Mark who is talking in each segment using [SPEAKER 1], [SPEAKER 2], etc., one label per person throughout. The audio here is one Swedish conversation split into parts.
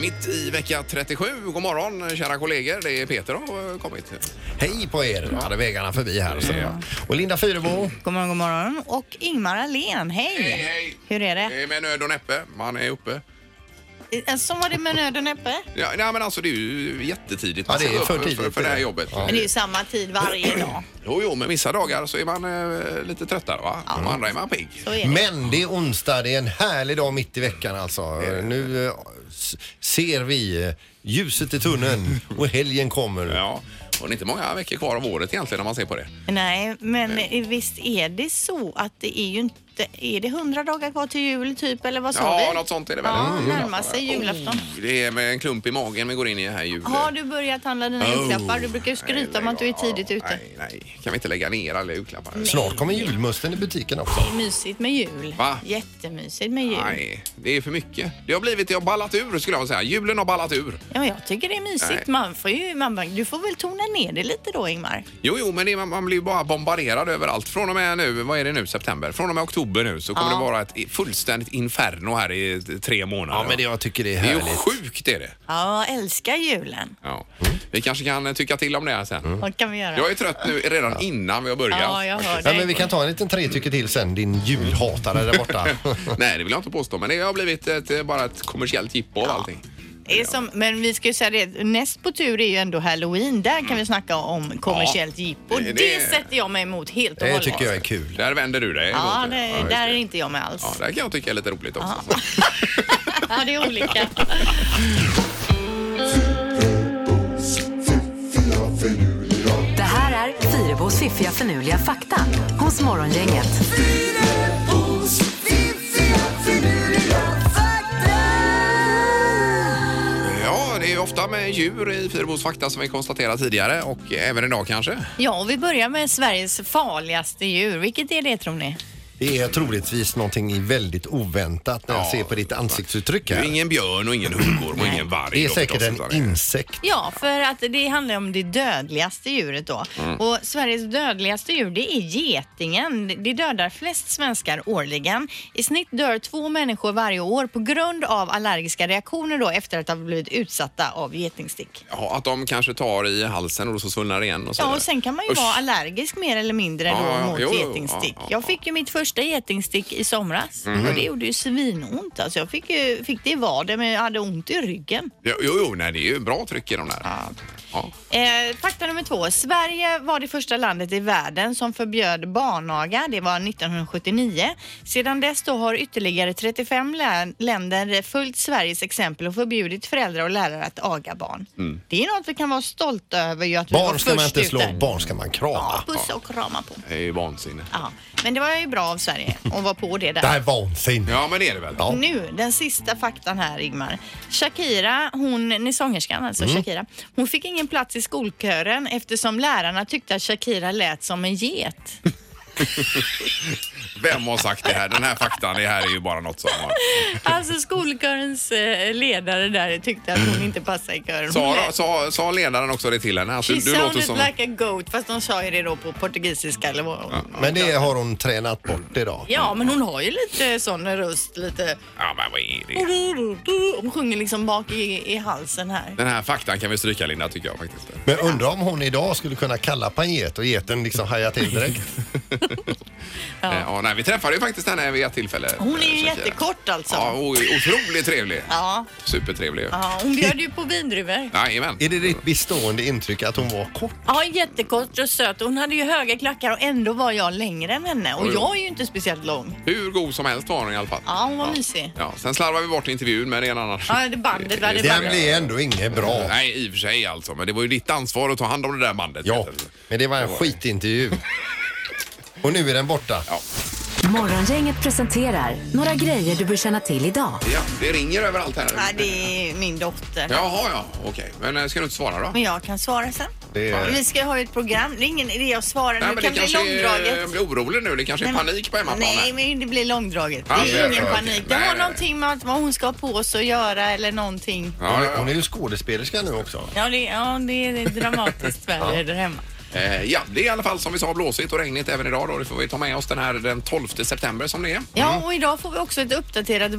[SPEAKER 1] mitt i vecka 37. God morgon kära kollegor. Det är Peter har kommit.
[SPEAKER 2] Hej på er! Nu hade vägarna förbi här. Så. Och Linda Fyrebo.
[SPEAKER 3] God morgon, god morgon. Och Ingmar Ahlén, hej!
[SPEAKER 1] Hej, hej!
[SPEAKER 3] Hur är det?
[SPEAKER 1] Det är med nöd och näppe. Man är uppe.
[SPEAKER 3] Eh, Så var det med nöd och näppe.
[SPEAKER 1] Ja, nej, men alltså det är ju jättetidigt.
[SPEAKER 2] Ja, det är
[SPEAKER 1] Man ska upp
[SPEAKER 2] för tidigt.
[SPEAKER 1] För, för det här jobbet.
[SPEAKER 2] Ja.
[SPEAKER 3] Men det är ju samma tid varje dag.
[SPEAKER 1] Jo, jo, men vissa dagar så är man eh, lite tröttare va? Och andra är man pigg.
[SPEAKER 3] Så är det.
[SPEAKER 2] Men det är onsdag, det är en härlig dag mitt i veckan alltså. Nu eh, s- ser vi eh, ljuset i tunneln och helgen kommer.
[SPEAKER 1] Ja. Och det är inte många veckor kvar av året egentligen när man ser på det.
[SPEAKER 3] Nej, men eh, visst är det så att det är ju inte... Är det hundra dagar kvar till jul typ, eller vad sa
[SPEAKER 1] Ja,
[SPEAKER 3] vi?
[SPEAKER 1] något sånt är det väl.
[SPEAKER 3] Ja,
[SPEAKER 1] Mm.
[SPEAKER 3] närmar sig julafton.
[SPEAKER 1] Oh, det är med en klump i magen vi går in i det här julet.
[SPEAKER 3] Har du börjat handla dina julklappar? Du brukar ju skryta om att du är tidigt ute.
[SPEAKER 1] Oh. Nej, nej. Kan vi inte lägga ner alla julklappar?
[SPEAKER 2] Snart kommer julmusten i butiken också.
[SPEAKER 3] Det är mysigt med jul.
[SPEAKER 1] Va?
[SPEAKER 3] Jättemysigt med jul.
[SPEAKER 1] Nej, det är för mycket. Det har blivit, det har ballat ur skulle jag vilja säga. Julen har ballat ur.
[SPEAKER 3] Ja, jag tycker det är
[SPEAKER 1] Nej.
[SPEAKER 3] mysigt. Man får ju, man, bara- du får väl tona ner det lite då, Ingmar.
[SPEAKER 1] Jo, jo, men det, man, man blir ju bara bombarderad överallt. Från och med nu, vad är det nu, september? Från och med oktober nu så kommer
[SPEAKER 3] Ja.
[SPEAKER 1] det vara ett i- fullständigt inferno här i t- tre månader.
[SPEAKER 2] Ja, men det, jag tycker det är
[SPEAKER 1] det är ju
[SPEAKER 2] härligt. Mm.
[SPEAKER 1] sjukt är det.
[SPEAKER 3] Ja, jag älskar julen.
[SPEAKER 1] Ja. Vi kanske kan eh, tycka till om det här sen.
[SPEAKER 3] Vad kan vi göra?
[SPEAKER 1] Jag är trött nu redan innan vi har börjat.
[SPEAKER 3] Ja, jag hör
[SPEAKER 2] Ja,
[SPEAKER 3] dig.
[SPEAKER 2] men vi kan ta en liten tre tycker till sen, din julhatare där borta.
[SPEAKER 1] Nej, det vill jag inte påstå, men det har blivit ett, eh, bara ett kommersiellt jippo av allting.
[SPEAKER 3] Det är som, men vi ska ju säga det, näst på tur är ju ändå halloween. Där kan vi snacka om kommersiellt
[SPEAKER 1] Ja.
[SPEAKER 3] jippo.
[SPEAKER 1] Det-
[SPEAKER 3] Det,
[SPEAKER 1] det-
[SPEAKER 3] sätter jag mig emot helt och
[SPEAKER 2] Det
[SPEAKER 3] hållet.
[SPEAKER 2] tycker jag är kul.
[SPEAKER 1] Där vänder du dig.
[SPEAKER 3] Ja,
[SPEAKER 1] emot
[SPEAKER 3] det,
[SPEAKER 1] just
[SPEAKER 3] där är
[SPEAKER 1] det.
[SPEAKER 3] inte jag med alls.
[SPEAKER 1] Ja, där kan jag tycka är lite roligt också.
[SPEAKER 3] Ja, det är olika.
[SPEAKER 4] Det här är Fyrabos fiffiga förnuliga fakta hos Morgongänget.
[SPEAKER 1] Ja, det är ju ofta med djur i Fyrebos fakta som vi konstaterat tidigare och även idag kanske.
[SPEAKER 3] Ja, och vi börjar med Sveriges farligaste djur. Vilket är det tror ni?
[SPEAKER 2] Det är troligtvis någonting väldigt oväntat när jag
[SPEAKER 1] Ja.
[SPEAKER 2] ser på ditt ansiktsuttryck
[SPEAKER 1] Det är
[SPEAKER 2] här.
[SPEAKER 1] ju ingen björn och ingen huggorm och ingen varg.
[SPEAKER 2] Det är
[SPEAKER 1] då
[SPEAKER 2] säkert
[SPEAKER 1] förstås,
[SPEAKER 2] en
[SPEAKER 1] utan det-
[SPEAKER 2] insekt.
[SPEAKER 3] Ja, för att det handlar om det dödligaste djuret då.
[SPEAKER 1] Mm.
[SPEAKER 3] Och Sveriges dödligaste djur det är getingen. Det dödar flest svenskar årligen. I snitt dör två människor varje år på grund av allergiska reaktioner då efter att ha blivit utsatta av getingstick.
[SPEAKER 1] Ja, att de kanske tar i halsen och då så svullnar det igen och så
[SPEAKER 3] Ja,
[SPEAKER 1] vidare.
[SPEAKER 3] och sen kan man ju
[SPEAKER 1] Usch.
[SPEAKER 3] vara allergisk mer eller mindre
[SPEAKER 1] Ja, ja,
[SPEAKER 3] då mot
[SPEAKER 1] jo, jo,
[SPEAKER 3] getingstick.
[SPEAKER 1] ja, Mhm. ja,
[SPEAKER 3] Jag
[SPEAKER 1] ja.
[SPEAKER 3] fick ju mitt första getingstick i somras och det gjorde ju svinont. Alltså jag fick, ju, fick det i vaden men jag hade ont i ryggen.
[SPEAKER 1] Jo, jo, jo, nej, det är ju bra tryck i de där. Ja.
[SPEAKER 3] Eh, fakta nummer två. Sverige var det första landet i världen som förbjöd barnaga. Det var 1979. Sedan dess då har ytterligare 35 lä- länder följt Sveriges exempel och förbjudit föräldrar och lärare att aga barn. Det är något vi kan vara stolta över. Ju att vi var
[SPEAKER 2] Mm. Barn ska man
[SPEAKER 3] först
[SPEAKER 2] inte slå,
[SPEAKER 3] ute.
[SPEAKER 2] barn ska man krama.
[SPEAKER 3] Puss och krama på.
[SPEAKER 1] Det är ju vansinne.
[SPEAKER 3] Ja, men det var ju bra av Sverige att vara på det där.
[SPEAKER 2] Det här är vansinne.
[SPEAKER 1] Ja, men det är det väl.
[SPEAKER 2] Ja.
[SPEAKER 3] Nu, den sista faktan här Ingmar. Shakira, hon, ni sångerskan alltså,
[SPEAKER 1] Mm.
[SPEAKER 3] Shakira. Hon fick ingen plats i skolkören eftersom lärarna tyckte att Shakira lät som en get.
[SPEAKER 1] Vem har sagt det här? Den här faktan, det här är ju bara något som har...
[SPEAKER 3] Alltså skolkörens eh, ledare där tyckte att hon inte passade i kören. Hon
[SPEAKER 1] Sa,
[SPEAKER 3] lät-
[SPEAKER 1] sa, sa ledaren också det till henne? Alltså,
[SPEAKER 3] She
[SPEAKER 1] du låter
[SPEAKER 3] sounded
[SPEAKER 1] som...
[SPEAKER 3] like a goat, fast de sa ju det då på portugisiska eller vad.
[SPEAKER 2] Men det har hon tränat bort idag.
[SPEAKER 3] Ja, men hon har ju lite sån röst, lite...
[SPEAKER 1] Ja, men vad är det?
[SPEAKER 3] Hon sjunger liksom bak i, i halsen här.
[SPEAKER 1] Den här faktan kan vi stryka, Linda, tycker jag faktiskt.
[SPEAKER 2] Men undrar om hon idag skulle kunna kalla på en get och geten liksom hajar till direkt.
[SPEAKER 1] Ja. Eh, Ja, nej, vi träffade ju faktiskt henne vid ett tillfälle. eh,
[SPEAKER 3] Hon är ju
[SPEAKER 1] Shakira.
[SPEAKER 3] jättekort alltså.
[SPEAKER 1] Ja, och otroligt trevlig.
[SPEAKER 3] Ja.
[SPEAKER 1] Supertrevlig. ju.
[SPEAKER 3] Ja, hon bjöd ju på vindruvor.
[SPEAKER 1] Jajamän.
[SPEAKER 2] Är det ditt bestående intryck att hon var kort?
[SPEAKER 3] Ja, jättekort och söt. Hon hade ju höga klackar och ändå var jag längre än henne. Och
[SPEAKER 1] Oj.
[SPEAKER 3] jag är ju inte speciellt lång.
[SPEAKER 1] Hur god som helst var hon i alla fall.
[SPEAKER 3] Ja, hon var mysig.
[SPEAKER 1] Ja, sen slarvade vi bort intervjun med en annan.
[SPEAKER 3] Ja, det bandet var det
[SPEAKER 1] är-
[SPEAKER 2] Den
[SPEAKER 3] bandet.
[SPEAKER 2] blir ändå inget bra.
[SPEAKER 1] Nej, i och för sig alltså. Men det var ju ditt ansvar att ta hand om det där bandet.
[SPEAKER 2] Ja,
[SPEAKER 1] Peter.
[SPEAKER 2] men det var en skitintervju. Och nu är den borta.
[SPEAKER 1] Ja.
[SPEAKER 4] Morgongänget presenterar några grejer du bör känna till idag.
[SPEAKER 1] ja, det ringer överallt här.
[SPEAKER 3] Ja, det är min dotter.
[SPEAKER 1] Jaha, ja. Okej. Men eh, ska du inte svara då?
[SPEAKER 3] Men jag kan svara sen.
[SPEAKER 2] Det är-
[SPEAKER 3] Vi ska ha ett program. Det är ingen idé att svara nu.
[SPEAKER 1] Nej,
[SPEAKER 3] Det kan bli
[SPEAKER 1] är,
[SPEAKER 3] långdraget.
[SPEAKER 1] jag blir orolig nu. Det kanske är
[SPEAKER 3] Nej, men-
[SPEAKER 1] panik på hemmaplan.
[SPEAKER 3] Nej,
[SPEAKER 1] här.
[SPEAKER 3] men det blir långdraget.
[SPEAKER 1] Ja,
[SPEAKER 3] Det
[SPEAKER 1] det är
[SPEAKER 3] är ingen
[SPEAKER 1] bra.
[SPEAKER 3] panik. Det
[SPEAKER 1] Nej, nej,
[SPEAKER 3] har
[SPEAKER 1] nej.
[SPEAKER 3] någonting med att vad hon ska ha på sig att göra eller någonting.
[SPEAKER 1] Ja, ja,
[SPEAKER 2] Hon
[SPEAKER 1] ja.
[SPEAKER 2] är ju skådespelerska nu också.
[SPEAKER 3] Ja, det, ja, det är dramatiskt väder där hemma.
[SPEAKER 1] Eh, ja, det är i alla fall som vi sa blåsigt och regnigt även idag då. Det får vi ta med oss den här den 12 september som det är.
[SPEAKER 3] Ja, och idag får vi också ett uppdaterat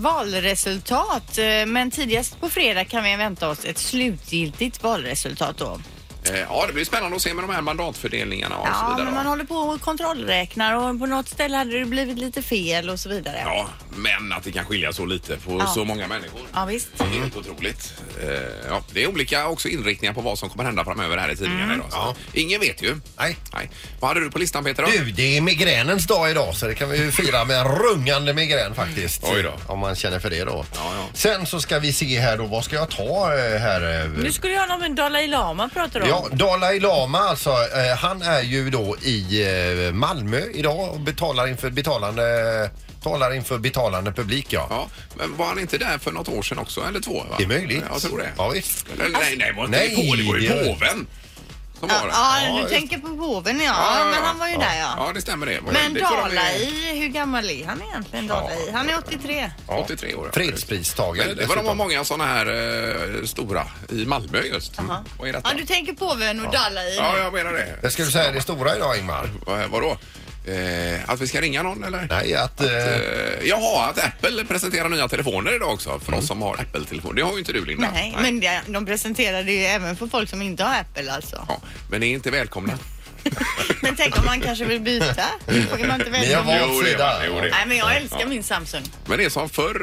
[SPEAKER 3] valresultat. eh, Men tidigast på fredag kan vi vänta oss ett slutgiltigt valresultat då.
[SPEAKER 1] Eh, ja, det blir spännande att se med de här mandatfördelningarna och så
[SPEAKER 3] Ja,
[SPEAKER 1] vidare.
[SPEAKER 3] men
[SPEAKER 1] va?
[SPEAKER 3] man håller på och kontrollräknar och på något ställe hade det blivit lite fel och så vidare.
[SPEAKER 1] Ja, men att det kan skilja så lite på
[SPEAKER 3] Ja.
[SPEAKER 1] så många människor.
[SPEAKER 3] Ja, visst.
[SPEAKER 1] Det är Helt otroligt. Eh, ja, det är olika också inriktningar på vad som kommer hända framöver här i tidningarna
[SPEAKER 3] Mm.
[SPEAKER 1] idag. Så
[SPEAKER 2] Ja.
[SPEAKER 1] Ingen vet ju.
[SPEAKER 2] Nej.
[SPEAKER 1] Nej. Vad hade du på listan Peter? Då?
[SPEAKER 2] Du, det är migränens dag idag så det kan vi ju fira med en rungande migrän faktiskt.
[SPEAKER 1] Oj då.
[SPEAKER 2] Om man känner för det då.
[SPEAKER 1] ja.
[SPEAKER 2] Sen så ska vi se här då, vad ska jag ta eh, här? eh,
[SPEAKER 5] Nu skulle jag ha någon Dalai Lama pratar om.
[SPEAKER 2] Ja, Dalai Lama alltså, eh, han är ju då i eh, Malmö idag och betalar inför betalande, talar inför betalande publik ja.
[SPEAKER 1] Ja, men var han inte där för något år sedan också? Eller två? Va?
[SPEAKER 2] Det är möjligt.
[SPEAKER 1] Jag tror det.
[SPEAKER 2] Ja, visst.
[SPEAKER 1] Eller, nej, nej, var inte
[SPEAKER 2] Nej,
[SPEAKER 1] nej, på, det var ju
[SPEAKER 2] det-
[SPEAKER 1] påven som var
[SPEAKER 3] Ja,
[SPEAKER 1] det.
[SPEAKER 3] ja, du
[SPEAKER 2] just.
[SPEAKER 3] tänker på påven ja.
[SPEAKER 1] Ja, ja,
[SPEAKER 3] men
[SPEAKER 1] ja.
[SPEAKER 3] han var ju där ja.
[SPEAKER 1] Ja, det stämmer det.
[SPEAKER 3] Men
[SPEAKER 1] det får de ju-
[SPEAKER 3] Dalai, hur gammal är han egentligen? Dalai? Han är 83.
[SPEAKER 1] 83 år. ja.
[SPEAKER 2] Fredspristagare
[SPEAKER 1] Men det var de har
[SPEAKER 2] dessutom.
[SPEAKER 1] många sådana här eh, stora i Malmö just. Vad är detta?
[SPEAKER 3] Ja, du tänker påven och Dalai.
[SPEAKER 1] Ja, jag menar det.
[SPEAKER 2] Jag skulle säga det stora idag Ingmar.
[SPEAKER 1] Va- Vadå? Eh, att vi ska ringa någon eller?
[SPEAKER 2] Nej, att... Eh,
[SPEAKER 1] Eh, jaha, att Apple presenterar nya telefoner idag också för
[SPEAKER 2] Mm.
[SPEAKER 1] oss som har Apple-telefoner. Det har ju inte du Linda.
[SPEAKER 3] Nej, men det, de presenterade ju även för folk som inte har Apple alltså.
[SPEAKER 1] Ja, men ni är inte välkomna.
[SPEAKER 3] Men tänk om man kanske vill byta? Får man inte
[SPEAKER 2] Ni
[SPEAKER 3] välja?
[SPEAKER 2] har valt
[SPEAKER 1] Jo, det är
[SPEAKER 2] sida.
[SPEAKER 1] man, jo, det är
[SPEAKER 3] Nej, men jag älskar min Samsung.
[SPEAKER 1] Men det är som förr,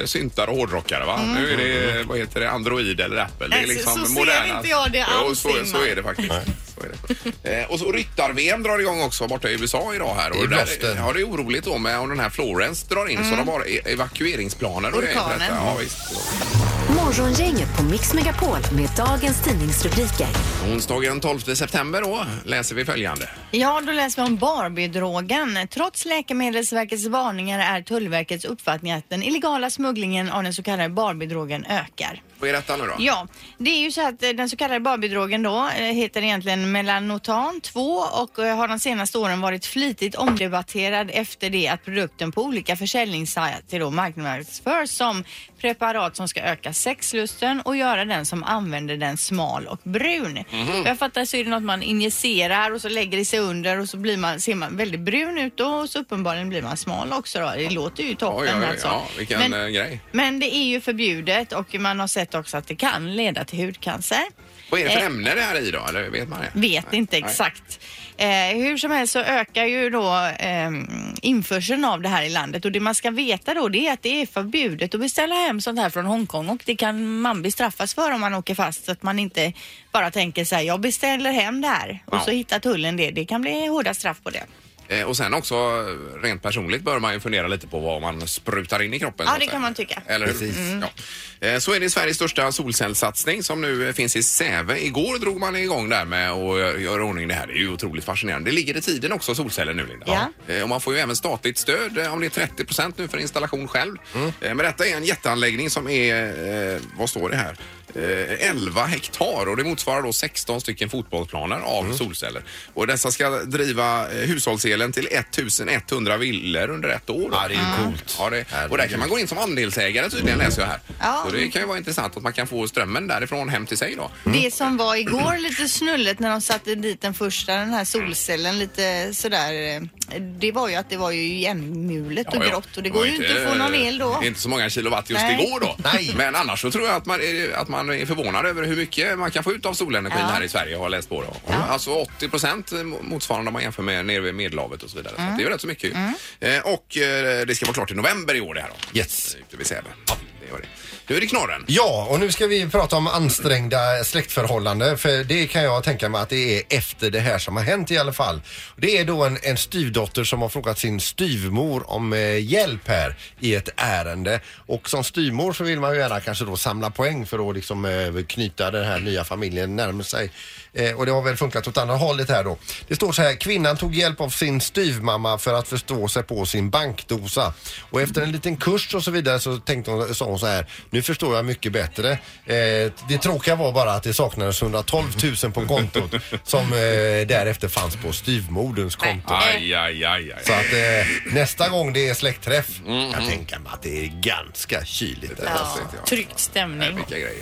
[SPEAKER 1] eh, syntare och hårdrockare va? Nu är det, vad heter det, Android eller Apple. Det är
[SPEAKER 3] Nej, så-
[SPEAKER 1] liksom
[SPEAKER 3] Mm. Alltså, så ser
[SPEAKER 1] moderna.
[SPEAKER 3] inte jag det
[SPEAKER 1] Jo,
[SPEAKER 3] alls,
[SPEAKER 1] så, så
[SPEAKER 3] Ingmar.
[SPEAKER 1] är det faktiskt. Så är det. Eh, och så ryttar-VM drar igång också borta i USA idag här.
[SPEAKER 2] I
[SPEAKER 1] Och där,
[SPEAKER 2] Boston.
[SPEAKER 1] ja, det är oroligt då med om den här Florence drar in så de har e- evakueringsplaner och grejer för detta.
[SPEAKER 3] Mm. Orkanen.
[SPEAKER 1] Ja, visst.
[SPEAKER 4] Morgongänget på Mix Megapol med dagens tidningsrubriker.
[SPEAKER 1] Onsdagen 12 september då läser vi följande.
[SPEAKER 3] Ja, då läser vi om Barbiedrogen. Trots Läkemedelsverkets varningar är Tullverkets uppfattning att den illegala smugglingen av den så kallade Barbiedrogen ökar.
[SPEAKER 1] Vad är detta nu då?
[SPEAKER 3] Ja, det är ju så att eh, den så kallade Barbiedrogen då eh, heter egentligen Melanotan 2 och eh, har de senaste åren varit flitigt omdebatterad efter det att produkten på olika försäljningssajter då marknadsförs som preparat som ska öka sexlusten och göra den som använder den smal och brun.
[SPEAKER 1] Mhm.
[SPEAKER 3] Och Jag fattar så är det något man injicerar och så lägger det sig under och så blir man, ser man väldigt brun ut och så uppenbarligen blir man smal också då. Det låter ju toppen
[SPEAKER 1] Oj, oj, oj,
[SPEAKER 3] alltså.
[SPEAKER 1] ja, vilken
[SPEAKER 3] Men-
[SPEAKER 1] eh, grej.
[SPEAKER 3] men det är ju förbjudet och man har sett också att det kan leda till hudcancer.
[SPEAKER 1] Vad är det för
[SPEAKER 3] Eh,
[SPEAKER 1] ämne det här i då? Eller vet man det?
[SPEAKER 3] Vet
[SPEAKER 1] Nej,
[SPEAKER 3] inte
[SPEAKER 1] nej.
[SPEAKER 3] exakt. Eh, hur som helst så ökar ju då eh, införseln av det här i landet och det man ska veta då det är att det är förbjudet att beställa hem sånt här från Hongkong och det kan man bestraffas för om man åker fast så att man inte bara tänker så här jag beställer hem det här och
[SPEAKER 1] Ja.
[SPEAKER 3] så hittar tullen det. Det kan bli hårda straff på det.
[SPEAKER 1] Eh, Och sen också eh, rent personligt bör man ju fundera lite på vad man sprutar in i kroppen.
[SPEAKER 3] Ja,
[SPEAKER 1] så att
[SPEAKER 3] det
[SPEAKER 1] säga.
[SPEAKER 3] kan man tycka.
[SPEAKER 1] Eller hur?
[SPEAKER 2] Precis.
[SPEAKER 1] Ja. Eh, Så är det Sveriges största solcellssatsning som nu eh, finns i Säve. Igår drog man igång där med att göra ordning det här. Det är ju otroligt fascinerande. Det ligger i tiden också solceller nu Linda.
[SPEAKER 3] Ja.
[SPEAKER 1] Eh, Och man får ju även statligt stöd eh, om det är 30 procent nu för installation själv.
[SPEAKER 2] Mm.
[SPEAKER 1] Eh, Men detta är en jätteanläggning som är, eh, vad står det här? Eh, 11 hektar och det motsvarar då 16 stycken fotbollsplaner av
[SPEAKER 2] Mm.
[SPEAKER 1] solceller. Och dessa ska driva eh, hushållselen till 1100 villor under ett år. då.
[SPEAKER 2] Ja, det är ju coolt.
[SPEAKER 1] Ja, det, och där kan man gå in som andelsägare tydligen läser jag här.
[SPEAKER 3] Ja.
[SPEAKER 1] Så det kan ju vara intressant att man kan få strömmen därifrån hem till sig då.
[SPEAKER 3] Det som var igår lite snullet när de satte dit den första, den här solcellen lite sådär. eh, Det var ju att det var ju igenmulet och
[SPEAKER 1] Ja, ja.
[SPEAKER 3] grått och det
[SPEAKER 1] var
[SPEAKER 3] går ju inte att få någon el då.
[SPEAKER 1] Inte så många kilowatt just
[SPEAKER 3] Nej.
[SPEAKER 1] igår då.
[SPEAKER 2] Nej.
[SPEAKER 1] Men annars så tror jag att man, är, att man är förvånad över hur mycket man kan få ut av solenergin
[SPEAKER 3] Ja.
[SPEAKER 1] här i Sverige har jag läst på då. Alltså 80 procent motsvarande om man jämför med nere vid Medelhavet och så vidare.
[SPEAKER 3] Mm.
[SPEAKER 1] Så det är ju rätt så mycket ju. Eh, Och eh, det ska vara klart i november i år det här då.
[SPEAKER 2] Yes.
[SPEAKER 1] Ute vid Säve. Ja, det gör det. Nu är det knorren.
[SPEAKER 2] Ja, och nu ska vi prata om ansträngda släktförhållanden för det kan jag tänka mig att det är efter det här som har hänt i alla fall. Det är då en, en styvdotter som har frågat sin styvmor om eh, hjälp här i ett ärende och som styvmor så vill man ju gärna kanske då samla poäng för att liksom eh, knyta den här nya familjen närmare sig. Eh, och det har väl funkat åt andra hållet här då. Det står så här, kvinnan tog hjälp av sin styvmamma för att förstå sig på sin bankdosa. Och efter en liten kurs och så vidare så tänkte hon, sa hon så här, nu förstår jag mycket bättre. Eh, det tråkiga var bara att det saknades 112 000 på kontot som eh, därefter fanns på styvmoderns konto.
[SPEAKER 1] Aj, aj, aj, aj.
[SPEAKER 2] Så att eh, nästa gång det är släktträff, jag tänker mig att det är ganska kyligt.
[SPEAKER 1] Ja.
[SPEAKER 2] Alltså.
[SPEAKER 5] Tryckt stämning.
[SPEAKER 1] Vilka grejer.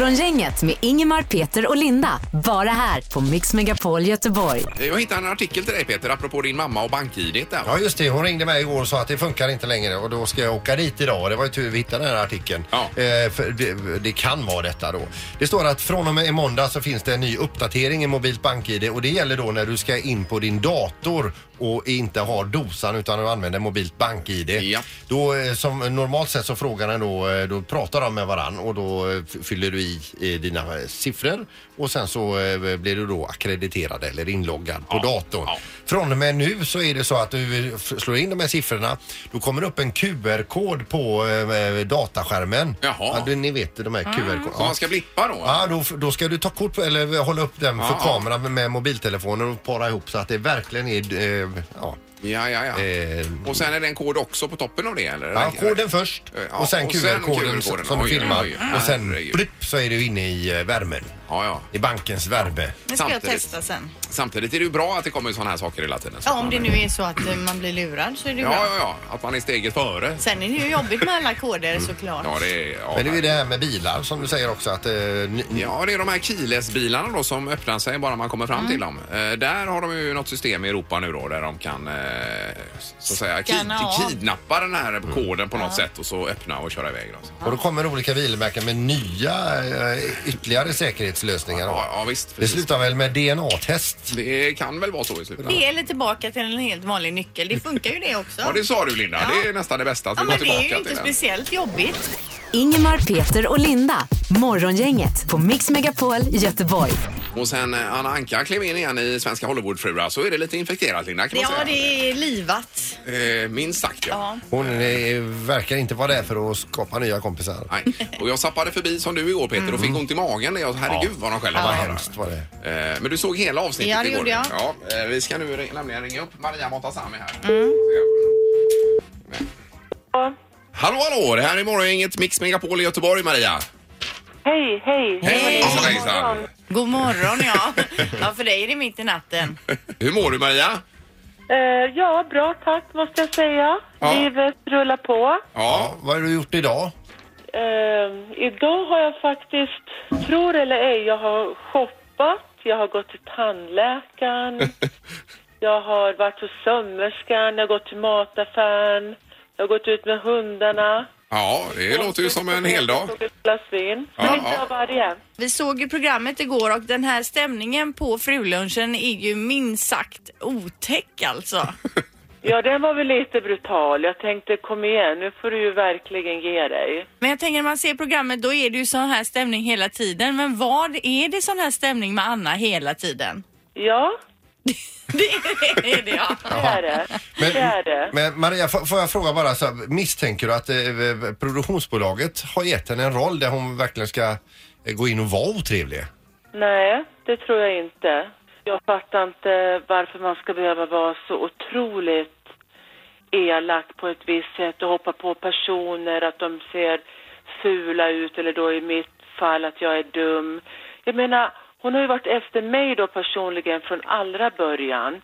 [SPEAKER 4] Morgongänget med Ingemar, Peter och Linda. Bara här på Mix Megapol Göteborg.
[SPEAKER 1] Eh, Jag hittade en artikel till dig Peter, apropå din mamma och bank-id där.
[SPEAKER 2] Ja just det, hon ringde mig igår och sa att det funkar inte längre och då ska jag åka dit idag. Det var ju tur vi hittade den här artikeln.
[SPEAKER 1] Ja.
[SPEAKER 2] Eh, för det, det kan vara detta då. Det står att från och med i måndag så finns det en ny uppdatering i Mobilt BankID och det gäller då när du ska in på din dator och inte har dosan utan du använder Mobilt BankID.
[SPEAKER 1] Ja.
[SPEAKER 2] Då, eh, som normalt sett så frågar den då, eh, då pratar de med varann och då eh, f- fyller du i eh, dina eh, siffror och sen så eh, blir du då akkrediterad eller inloggad på
[SPEAKER 1] Ja.
[SPEAKER 2] datorn.
[SPEAKER 1] Ja.
[SPEAKER 2] Från och med nu så är det så att du eh, f- slår in de här siffrorna. Då kommer det upp en QR-kod på eh, dataskärmen.
[SPEAKER 1] Jaha.
[SPEAKER 2] Ja, du, ni vet de här QR-koderna.
[SPEAKER 1] Så man ska blippa då?
[SPEAKER 2] Ja, då, f- då ska du ta kort på, eller hålla upp den för
[SPEAKER 1] Ja.
[SPEAKER 2] kameran med, med mobiltelefonen och para ihop så att det verkligen är... Eh, ja,
[SPEAKER 1] Ja, ja, ja.
[SPEAKER 2] eh,
[SPEAKER 1] Och sen är det en kod också på toppen av det eller?
[SPEAKER 2] Ja, koden först
[SPEAKER 1] Ja,
[SPEAKER 2] och sen
[SPEAKER 1] och sen
[SPEAKER 2] QR-koden
[SPEAKER 1] QR-koden.
[SPEAKER 2] som du
[SPEAKER 1] Oj,
[SPEAKER 2] filmar.
[SPEAKER 1] oj, oj.
[SPEAKER 2] Och sen
[SPEAKER 1] Herregud.
[SPEAKER 2] blipp så är du inne i eh, värmen.
[SPEAKER 1] Ja, ja.
[SPEAKER 2] I bankens värme.
[SPEAKER 3] Det ska jag
[SPEAKER 1] Samtidigt.
[SPEAKER 3] testa sen.
[SPEAKER 1] Samtidigt är det ju bra att det kommer sådana här saker hela tiden. Så
[SPEAKER 3] Ja, om
[SPEAKER 1] man-
[SPEAKER 3] det nu är så att eh, man blir lurad så är det ju
[SPEAKER 1] Ja,
[SPEAKER 3] bra.
[SPEAKER 1] ja, ja. Att man är steget före.
[SPEAKER 3] Sen är det ju jobbigt med alla koder såklart.
[SPEAKER 1] Mm. Ja, det är... Ja,
[SPEAKER 2] Men det är ju det här med bilar som du säger också att... Eh, n-
[SPEAKER 1] Ja, det är de här Kiles-bilarna då som öppnar sig bara man kommer fram
[SPEAKER 3] Mm.
[SPEAKER 1] till dem. Eh, där har de ju något system i Europa nu då där de kan eh, så att säga
[SPEAKER 3] Scanna
[SPEAKER 1] kid-
[SPEAKER 3] av.
[SPEAKER 1] kidnappa den här
[SPEAKER 2] Mm.
[SPEAKER 1] koden på något sätt och så öppna och köra iväg. Då.
[SPEAKER 2] Och då kommer olika bilmärken med nya eh, ytterligare säkerhetslösningar.
[SPEAKER 1] Ja, ja, visst.
[SPEAKER 2] det
[SPEAKER 1] Precis.
[SPEAKER 2] slutar väl med DNA-test?
[SPEAKER 1] Det kan väl vara så i slutändan.
[SPEAKER 3] Det eller tillbaka till en helt vanlig nyckel. Det funkar ju det också.
[SPEAKER 1] Ja, det sa du Linda.
[SPEAKER 3] Ja.
[SPEAKER 1] Det är nästan det bästa att
[SPEAKER 3] Ja,
[SPEAKER 1] vi går
[SPEAKER 3] men det
[SPEAKER 1] tillbaka
[SPEAKER 3] är ju inte
[SPEAKER 1] till den.
[SPEAKER 3] speciellt jobbigt.
[SPEAKER 4] Ingemar, Peter och Linda. Morgongänget på Mix Megapol Göteborg.
[SPEAKER 1] Och sen eh, Anna Anka klev in igen i Svenska Hollywoodfruar så är det lite infekterat Linda kan man säga.
[SPEAKER 3] Ja, det är livat.
[SPEAKER 1] Eh, minst sagt ja.
[SPEAKER 3] Ja.
[SPEAKER 2] Hon eh, verkar inte vara där för att skapa nya kompisar.
[SPEAKER 1] Nej. Och jag zappade förbi som du igår Peter och fick
[SPEAKER 3] Mm.
[SPEAKER 1] ont i magen. Jag, herregud vad de skäller på
[SPEAKER 2] Vad
[SPEAKER 1] varandra.
[SPEAKER 2] hemskt var det.
[SPEAKER 1] Eh, Men du såg hela avsnittet
[SPEAKER 3] Ja, det
[SPEAKER 1] igår?
[SPEAKER 3] gjorde jag.
[SPEAKER 1] Ja, eh, vi ska nu ring- nämligen ringa upp Maria Montazami här.
[SPEAKER 3] Mm.
[SPEAKER 1] Se.
[SPEAKER 6] Ja.
[SPEAKER 1] Hallå, hallå! Det här är Morgongänget Mix Megapol i Göteborg, Maria.
[SPEAKER 6] Hej, hej!
[SPEAKER 1] Hej!
[SPEAKER 6] God morgon.
[SPEAKER 1] Hejsan!
[SPEAKER 3] God morgon ja. Ja, för dig är det mitt i natten.
[SPEAKER 1] Hur mår du, Maria?
[SPEAKER 6] Eh, ja, bra tack måste jag säga.
[SPEAKER 1] Ja.
[SPEAKER 6] Livet rullar på.
[SPEAKER 1] Ja.
[SPEAKER 2] Vad har du gjort idag?
[SPEAKER 6] Eh, idag har jag faktiskt, tror eller ej, jag har shoppat, jag har gått till tandläkaren, jag har varit hos sömmerskan, jag har gått till mataffären, jag har gått ut med hundarna.
[SPEAKER 1] Ja, det låter ju som en hel dag.
[SPEAKER 6] Jag tog ett glas vin.
[SPEAKER 1] Ja,
[SPEAKER 6] Men
[SPEAKER 1] ja.
[SPEAKER 6] inte av varje.
[SPEAKER 3] Vi såg ju programmet igår och den här stämningen på frulunchen är ju minst sagt otäck alltså.
[SPEAKER 6] Ja, den var väl lite brutal. Jag tänkte kom igen, nu får du ju verkligen ge dig.
[SPEAKER 3] Men jag tänker när man ser programmet då är det ju sån här stämning hela tiden. Men vad är det sån här stämning med Anna hela tiden?
[SPEAKER 6] Ja,
[SPEAKER 3] Det är det ja.
[SPEAKER 6] det är det.
[SPEAKER 2] Men,
[SPEAKER 6] det, är det.
[SPEAKER 2] men Maria, får, får jag fråga bara så här, misstänker du att eh, produktionsbolaget har gett henne en roll där hon verkligen ska eh, gå in och vara otrevlig?
[SPEAKER 6] Nej, det tror jag inte. Jag fattar inte varför man ska behöva vara så otroligt elak på ett visst sätt och hoppa på personer, att de ser fula ut eller då i mitt fall att jag är dum. Jag menar, hon har ju varit efter mig då personligen från allra början.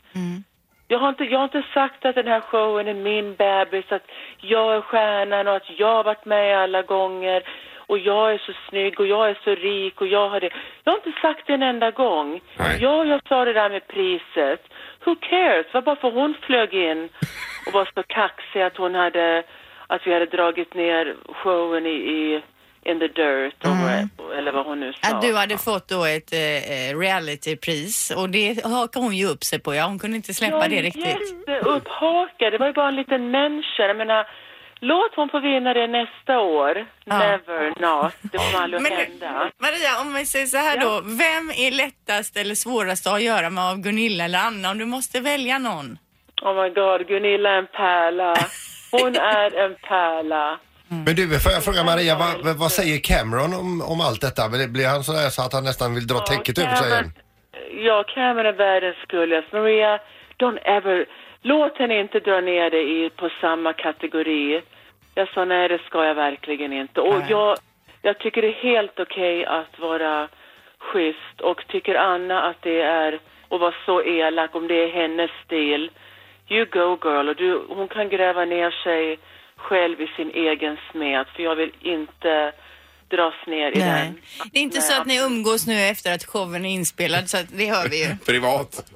[SPEAKER 6] Jag har, inte, jag har inte sagt att den här showen är min bebis, att jag är stjärnan och att jag har varit med alla gånger och jag är så snygg och jag är så rik och jag har det. Jag har inte sagt det en enda gång.
[SPEAKER 1] Nej.
[SPEAKER 6] Ja, jag sa det där med priset. Who cares? Det var bara för hon flög in och var så kaxig att hon hade, att vi hade dragit ner showen i, i in the dirt och, eller vad hon nu sa.
[SPEAKER 3] Att du hade fått då ett eh, eh, realitypris och det hakar hon ju upp sig på. Ja, hon kunde inte släppa det riktigt.
[SPEAKER 6] Jätteupphakad. Det var ju bara en liten människa. Jag menar, låt hon få vinna det nästa år.
[SPEAKER 3] Ja.
[SPEAKER 6] Never not. Det kommer aldrig att
[SPEAKER 3] Men du,
[SPEAKER 6] hända.
[SPEAKER 3] Maria, om vi säger så här
[SPEAKER 6] Ja.
[SPEAKER 3] då. Vem är lättast eller svårast att göra med av Gunilla eller Anna om du måste välja någon?
[SPEAKER 6] Oh my god, Gunilla är en pärla. Hon är en pärla.
[SPEAKER 2] Men du, får jag fråga Maria, vad, vad- vad säger Cameron om, om allt detta? Men det- Blir han sådär så att han nästan vill dra täcket över sig? igen?
[SPEAKER 6] Cameron- Ja, Cameron är världens gulligaste. Maria, don't ever... Låt henne inte dra ner dig i, på samma kategori. Jag sa nej, det ska jag verkligen inte. Och jag, jag tycker det är helt okej att vara schysst. Och tycker Anna att det är att vara så elak, om det är hennes stil. You go girl. Och du, hon kan gräva ner sig själv i sin egen smet. För jag vill inte dras ner i
[SPEAKER 3] Nej.
[SPEAKER 6] den.
[SPEAKER 3] Det är inte så att ni umgås nu efter att showen är inspelad, så att det hör vi ju.
[SPEAKER 1] Privat.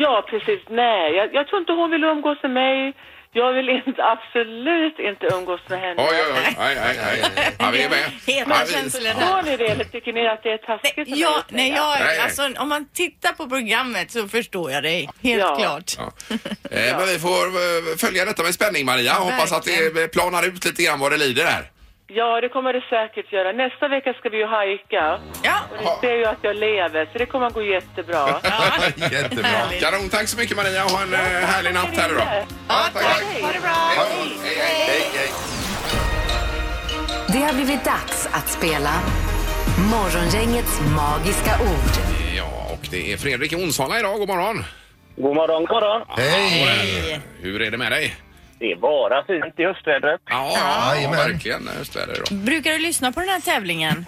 [SPEAKER 6] Ja, precis. Nej, jag, jag tror inte hon vill umgås med mig. Jag vill inte, absolut inte umgås med henne.
[SPEAKER 1] Oj, oj, oj. Nej, nej, nej. Ja, vi är med.
[SPEAKER 3] Heta
[SPEAKER 1] Ja, vi-
[SPEAKER 3] känslor där.
[SPEAKER 6] Förstår ni det eller tycker ni att det är taskigt av mig
[SPEAKER 3] Ja,
[SPEAKER 6] att
[SPEAKER 3] nej,
[SPEAKER 6] säga?
[SPEAKER 1] Nej.
[SPEAKER 3] jag, alltså, om man tittar på programmet så förstår jag dig. Helt
[SPEAKER 6] Ja.
[SPEAKER 3] klart.
[SPEAKER 1] Ja. Eh, Men vi får eh, följa detta med spänning Maria. Hoppas att det eh, planar ut lite grann vad det lider här.
[SPEAKER 6] Ja, det kommer det säkert göra. Nästa vecka ska vi ju hajka.
[SPEAKER 3] Ja.
[SPEAKER 6] Och ni ser ju att jag lever, så det kommer att gå jättebra.
[SPEAKER 1] Eh,
[SPEAKER 2] Jättebra.
[SPEAKER 3] Härligt.
[SPEAKER 1] Kanon, tack så mycket Maria och ha en eh, härlig natt här idag.
[SPEAKER 3] Ja,
[SPEAKER 1] tack.
[SPEAKER 3] tack. Ha det bra.
[SPEAKER 1] Hej, hej, hej, hej.
[SPEAKER 4] Det har blivit dags att spela Morgongängets magiska ord.
[SPEAKER 1] Ja, och det är Fredrik i Onsala idag. God morgon.
[SPEAKER 7] God morgon, god morgon.
[SPEAKER 2] Hej!
[SPEAKER 3] Hej.
[SPEAKER 1] Hur är det med dig?
[SPEAKER 7] Det är bara fint i höstvädret.
[SPEAKER 1] Ja, ja,
[SPEAKER 2] Jajamän.
[SPEAKER 1] verkligen. Just det, det är då.
[SPEAKER 3] Brukar du lyssna på den här tävlingen?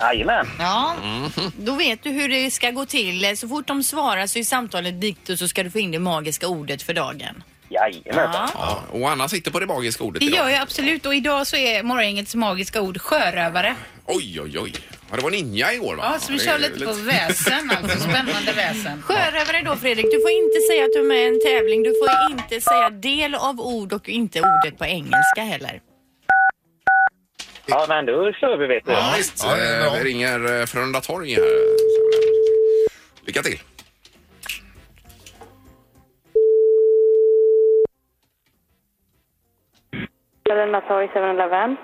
[SPEAKER 7] Jajamän.
[SPEAKER 3] Ja,
[SPEAKER 1] Mm.
[SPEAKER 3] då vet du hur det ska gå till. Eh, Så fort de svarar så är samtalet dikt och så ska du få in det magiska ordet för dagen.
[SPEAKER 7] Jajamän.
[SPEAKER 3] Ja.
[SPEAKER 1] Ja, och Anna sitter på det magiska ordet
[SPEAKER 8] Det gör
[SPEAKER 1] idag.
[SPEAKER 8] jag absolut och idag så är morgongängets magiska ord sjörövare.
[SPEAKER 1] Oj, oj, oj. Ja, det var ninja igår va?
[SPEAKER 8] Ja, så vi
[SPEAKER 1] Det
[SPEAKER 8] kör
[SPEAKER 1] är
[SPEAKER 8] lite på väsen alltså. Spännande väsen.
[SPEAKER 3] Sjörövare då Fredrik, du får inte säga att du är med i en tävling. Du får inte säga del av ord och inte ordet på engelska heller.
[SPEAKER 7] Ja, men då kör vi, vet du.
[SPEAKER 1] Ja, visst.
[SPEAKER 2] Ja, det är bra.
[SPEAKER 1] Eh, vi ringer eh, Frölunda torg här. Lycka till.
[SPEAKER 9] Brunna torg 7-Eleven.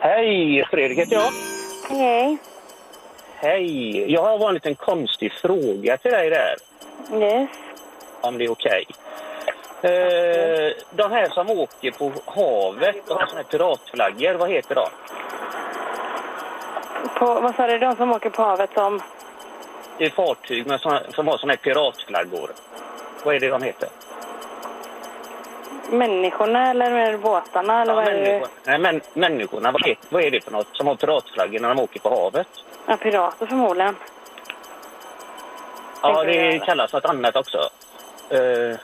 [SPEAKER 7] Hej, Fredrik heter jag.
[SPEAKER 9] Hej.
[SPEAKER 7] Hej. Jag har varit en liten konstig fråga till dig där,
[SPEAKER 9] Yes.
[SPEAKER 7] om det är okej. Eh, de här som åker på havet och har såna här piratflaggor, vad heter de?
[SPEAKER 9] På, vad sa du? De som åker på havet som...
[SPEAKER 7] Det är fartyg med såna, som har såna här piratflaggor. Vad är det de heter?
[SPEAKER 9] Människorna eller menar du båtarna? Eller
[SPEAKER 7] Ja,
[SPEAKER 9] vad är det?
[SPEAKER 7] människor, nej, men, människorna, vad är, vad är det för något som har piratflaggor när de åker på havet?
[SPEAKER 9] Ja, pirater förmodligen.
[SPEAKER 7] Ja,
[SPEAKER 9] Tänker
[SPEAKER 7] det
[SPEAKER 9] jag.
[SPEAKER 7] kallas något annat också. Eh,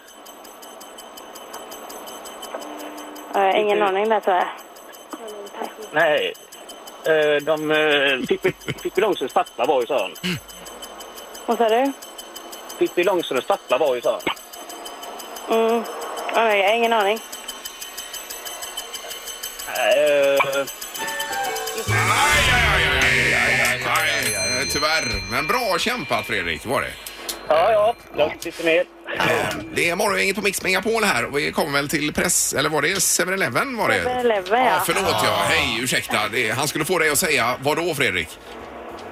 [SPEAKER 9] Äh, ingen
[SPEAKER 7] Inte-
[SPEAKER 9] aning där tyvärr.
[SPEAKER 7] nej. Eh, de, eh, Pippi, Pippi Långstrumps pappa var ju sån.
[SPEAKER 9] Vad sa du?
[SPEAKER 7] Pippi Långstrumps pappa var ju sån.
[SPEAKER 9] Mm. Oj, jag har ingen aning.
[SPEAKER 7] Eh,
[SPEAKER 1] Aj, aj, aj, aj, aj, aj, aj, aj, aj. Eh, Tyvärr. Men bra kämpat Fredrik, var det.
[SPEAKER 7] ja, ja. Jag sitter ner.
[SPEAKER 1] Det är morgongänget på Mix Megapol här och vi kommer väl till press... Eller var det 7-Eleven var det?
[SPEAKER 9] 7-Eleven,
[SPEAKER 1] Ja,
[SPEAKER 9] ja.
[SPEAKER 1] förlåt ja. Hej, ursäkta. Det, han skulle få dig att säga vad då Fredrik?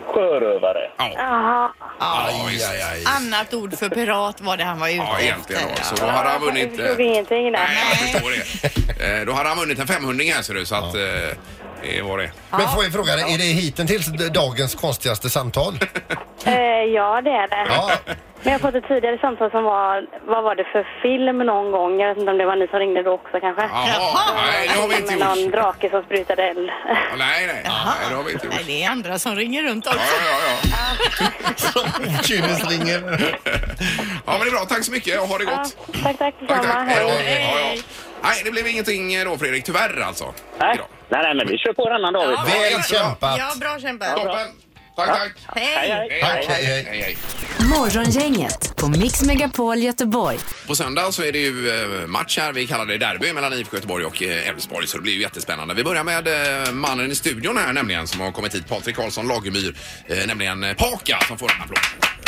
[SPEAKER 7] Sjörövare.
[SPEAKER 1] Ja,
[SPEAKER 9] Jaha.
[SPEAKER 1] ja visst.
[SPEAKER 2] Aj, aj.
[SPEAKER 3] Annat ord för pirat var det han var ute
[SPEAKER 1] Ja,
[SPEAKER 3] efter.
[SPEAKER 1] egentligen då. Så då
[SPEAKER 3] ja.
[SPEAKER 1] hade han
[SPEAKER 9] Jag
[SPEAKER 1] vunnit...
[SPEAKER 9] förstod
[SPEAKER 1] eh,
[SPEAKER 9] ingenting där.
[SPEAKER 1] Nej, jag förstår det. Eh, Då hade han vunnit en femhundring här ser du, så att... eh, Det var det.
[SPEAKER 2] Men får jag fråga dig, är det hittills dagens konstigaste samtal?
[SPEAKER 9] Eh, ja, det är det.
[SPEAKER 2] Ja.
[SPEAKER 9] Men jag har fått ett tidigare samtal som var... Vad var det för film någon gång? Jag vet inte om det var ni som ringde då också kanske.
[SPEAKER 1] Jaha, nej det har vi inte
[SPEAKER 9] Med någon
[SPEAKER 1] gjort.
[SPEAKER 9] drake som sprutade eld.
[SPEAKER 1] Nej, nej, nej det har vi inte gjort.
[SPEAKER 3] Nej, det är andra som ringer runt
[SPEAKER 1] Ja,
[SPEAKER 3] också.
[SPEAKER 1] ja, ja.
[SPEAKER 2] Okynnesringer.
[SPEAKER 1] Ja, men det är bra. Tack så mycket och ha det
[SPEAKER 9] Ja,
[SPEAKER 1] gott.
[SPEAKER 9] tack, tack
[SPEAKER 1] Tack,
[SPEAKER 9] detsamma.
[SPEAKER 1] tack. Hej då.
[SPEAKER 9] Hej.
[SPEAKER 1] Ja, ja. Nej, det blev ingenting då Fredrik, tyvärr alltså.
[SPEAKER 7] Nej,
[SPEAKER 1] Idag.
[SPEAKER 7] nej, nej, men vi kör på en annan dag. vet du.
[SPEAKER 2] Väl kämpat.
[SPEAKER 3] Ja, bra kämpat.
[SPEAKER 1] Toppen. Tack, tack.
[SPEAKER 7] Hej,
[SPEAKER 3] Hej!
[SPEAKER 7] hej.
[SPEAKER 2] Tack, hej, hej.
[SPEAKER 1] Hej, hej.
[SPEAKER 4] Morgongänget på Mix Megapol Göteborg.
[SPEAKER 1] På söndag så är det ju eh, match här. Vi kallar det derby mellan IFK Göteborg och eh, Elfsborg så det blir ju jättespännande. Vi börjar med eh, mannen i studion här nämligen som har kommit hit, Patrik Karlsson Lagemyr, eh, nämligen eh, Paka som får en applåd.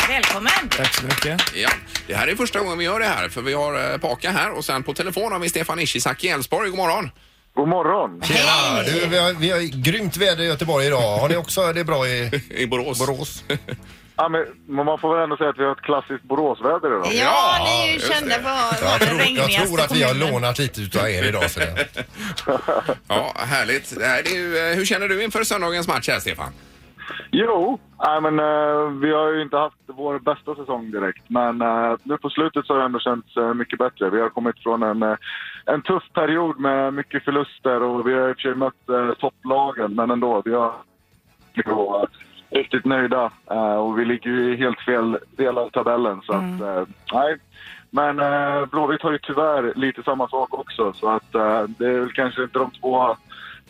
[SPEAKER 5] Välkommen!
[SPEAKER 10] Tack så mycket.
[SPEAKER 1] Ja, det här är första gången vi gör det här för vi har eh, Paka här och sen på telefon har vi Stefan Ishizak i Elfsborg. God morgon!
[SPEAKER 7] God morgon.
[SPEAKER 2] Tjena! Du, vi, har, vi har grymt väder i Göteborg idag. Har ni också det bra i
[SPEAKER 1] I Borås.
[SPEAKER 2] Borås?
[SPEAKER 7] Ja, men man får väl ändå säga att vi har ett klassiskt Boråsväder idag.
[SPEAKER 3] Ja, ni är ju
[SPEAKER 1] just
[SPEAKER 3] kända
[SPEAKER 1] det.
[SPEAKER 3] för att vara
[SPEAKER 2] Jag
[SPEAKER 3] den
[SPEAKER 2] tror, jag tror
[SPEAKER 3] regnigaste
[SPEAKER 2] att vi har
[SPEAKER 3] kommunen.
[SPEAKER 2] lånat lite utav er idag. Så det.
[SPEAKER 1] Ja, härligt. Det här är ju, eh, hur känner du inför söndagens match här Stefan?
[SPEAKER 7] Jo, nej, men, eh, vi har ju inte haft vår bästa säsong direkt. Men eh, nu på slutet så har det ändå känts eh, mycket bättre. Vi har kommit från en, eh, en tuff period med mycket förluster och vi har i och för sig mött eh, topplagen. Men ändå, vi har vi var riktigt nöjda eh, och vi ligger ju i helt fel del av tabellen. Så att, eh, nej. Men eh, Blåvitt har ju tyvärr lite samma sak också så att eh, det är väl kanske inte de två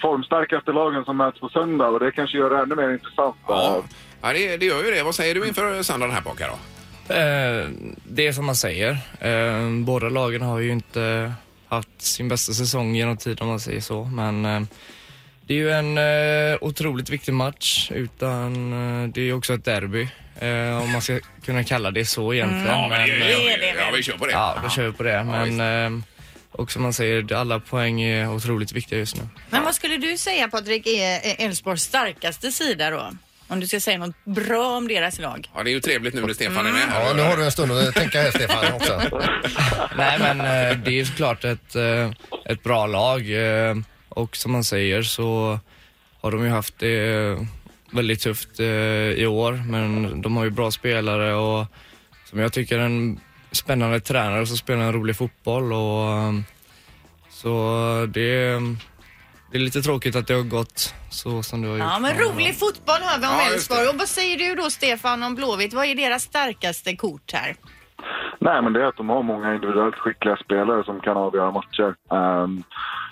[SPEAKER 7] formstarkaste lagen som möts på söndag och det kanske gör det ännu mer intressant. eh,
[SPEAKER 1] Ja, ja det, det gör ju det. Vad säger du inför söndagen här Baka då?
[SPEAKER 10] Eh, det är som man säger. Eh, båda lagen har ju inte haft sin bästa säsong genom tiden om man säger så. Men eh, det är ju en eh, otroligt viktig match. Utan eh, Det är ju också ett derby. Eh, om man ska kunna kalla det så egentligen.
[SPEAKER 1] Mm. Ja, men det,
[SPEAKER 10] eh,
[SPEAKER 1] det, ja, vi kör på det.
[SPEAKER 10] Ja, då kör vi på det. Men eh, och som man säger, alla poäng är otroligt viktiga just nu.
[SPEAKER 3] Men vad skulle du säga Patrik är är Elfsborgs starkaste sida då? Om du ska säga något bra om deras lag.
[SPEAKER 1] Ja, det är ju trevligt nu när Stefan är med här.
[SPEAKER 2] Ja, nu har du en stund att tänka här Stefan också.
[SPEAKER 10] Nej, men eh, det är ju såklart ett, eh, ett bra lag eh, och som man säger så har de ju haft det eh, väldigt tufft eh, i år, men de har ju bra spelare och som jag tycker en spännande tränare som spelar en rolig fotboll och eh, så det, det är lite tråkigt att det har gått så som det har gjort.
[SPEAKER 3] Ja, men rolig fotboll hör vi om
[SPEAKER 10] Ja, just
[SPEAKER 3] Elfsborg.
[SPEAKER 10] det.
[SPEAKER 3] Och vad säger du då Stefan om Blåvitt? Vad är deras starkaste kort här?
[SPEAKER 7] Nej, men det är att de har många individuellt skickliga spelare som kan avgöra matcher. Ehm,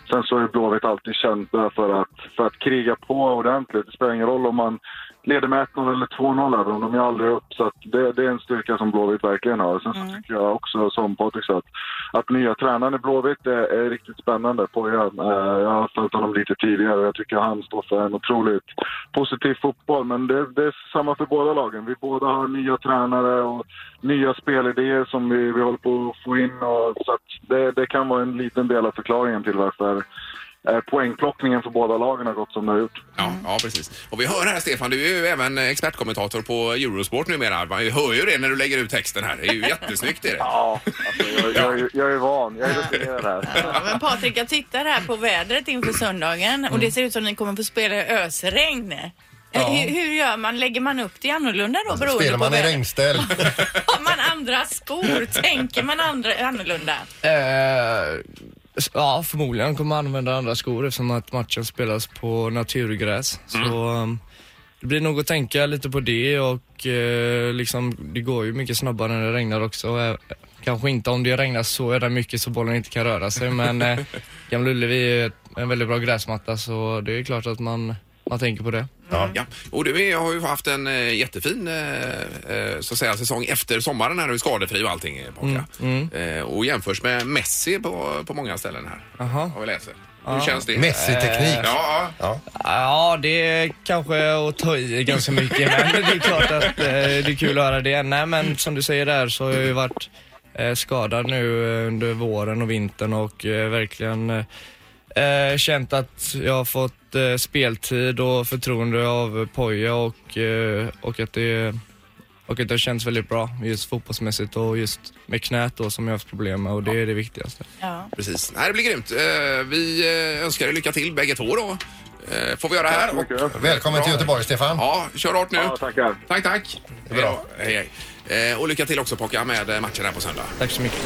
[SPEAKER 7] sen så är Blåvitt alltid kända för att, för att kriga på ordentligt. Det spelar ingen roll om man leder med 1-0 eller 2-0, även om de gör aldrig upp. Så att det, det är en styrka som Blåvitt verkligen har. Sen så tycker jag också, som Patrik sa, att, att nya tränaren i Blåvitt är, är riktigt spännande. Poja, eh, jag har följt honom lite tidigare och jag tycker han står för en otroligt positiv fotboll. Men det, det är samma för båda lagen. Vi båda har nya tränare och nya spelidéer som vi, vi håller på att få in. Och, så att det, det kan vara en liten del av förklaringen till varför eh, poängplockningen för båda lagen har gått som det har gjort.
[SPEAKER 1] Ja, ja, precis. Och vi hör här Stefan, du är ju även eh, expertkommentator på Eurosport numera. Man hör ju det när du lägger ut texten här. Det är ju jättesnyggt. Är det.
[SPEAKER 7] Ja, jag, jag, är- jag är van. Jag är rutinerad här.
[SPEAKER 5] Ja, men Patrik, jag tittar här på vädret inför söndagen och det
[SPEAKER 3] Mm.
[SPEAKER 5] ser ut som ni kommer få spela i ösregn. Eh,
[SPEAKER 2] Ja.
[SPEAKER 5] Hur, hur gör man? Lägger man upp det annorlunda då beroende
[SPEAKER 2] Spelar
[SPEAKER 5] på
[SPEAKER 2] man i
[SPEAKER 5] vädret?
[SPEAKER 2] regnställ?
[SPEAKER 5] Har man andra skor? Tänker man andra, annorlunda?
[SPEAKER 10] Eh, s- ja, förmodligen kommer man använda andra skor eftersom att matchen spelas på naturgräs. Så ehm, det blir nog att tänka lite på det och eh, liksom, det går ju mycket snabbare när det regnar också. Eh, kanske inte om det regnar så jävla mycket så bollen inte kan röra sig men eh, Gamla Ullevi är ett- en väldigt bra gräsmatta så det är klart att man, man tänker på det.
[SPEAKER 1] Ja. Och du är, har ju haft en eh, jättefin eh, eh, så att säga, säsong efter sommaren här. Du är skadefri och allting. eh, Baka.
[SPEAKER 10] Mm, mm.
[SPEAKER 1] Eh, och jämförs med Messi på, på många ställen här.
[SPEAKER 10] Aha.
[SPEAKER 1] Har vi läser.
[SPEAKER 10] Ja.
[SPEAKER 1] Hur känns det? Eh,
[SPEAKER 10] Messi-teknik.
[SPEAKER 1] Ja,
[SPEAKER 2] ja.
[SPEAKER 10] Ja, det är kanske att ta i ganska mycket, men det är klart att eh, det är kul att höra det. Nej, men som du säger där så har jag ju varit eh, skadad nu eh, under våren och vintern och eh, verkligen eh, eh, känt att jag har fått eh, speltid och förtroende av Poja och, eh, och att det och att det har känts väldigt bra just fotbollsmässigt och just med knät då som jag har haft problem med och det är det viktigaste.
[SPEAKER 5] Ja.
[SPEAKER 1] Precis. Nej, det blir grymt. Eh, vi eh, önskar er lycka till bägge två då. Eh, får vi göra här. Och...
[SPEAKER 2] Välkommen till
[SPEAKER 1] Bra.
[SPEAKER 2] Göteborg Stefan.
[SPEAKER 1] Ja, kör hårt nu.
[SPEAKER 2] Ja,
[SPEAKER 7] tackar.
[SPEAKER 1] Tack, tack. Bra. Hej, hej. Eh, Och lycka till också Pocka med eh, matchen här på söndag.
[SPEAKER 10] Tack så mycket.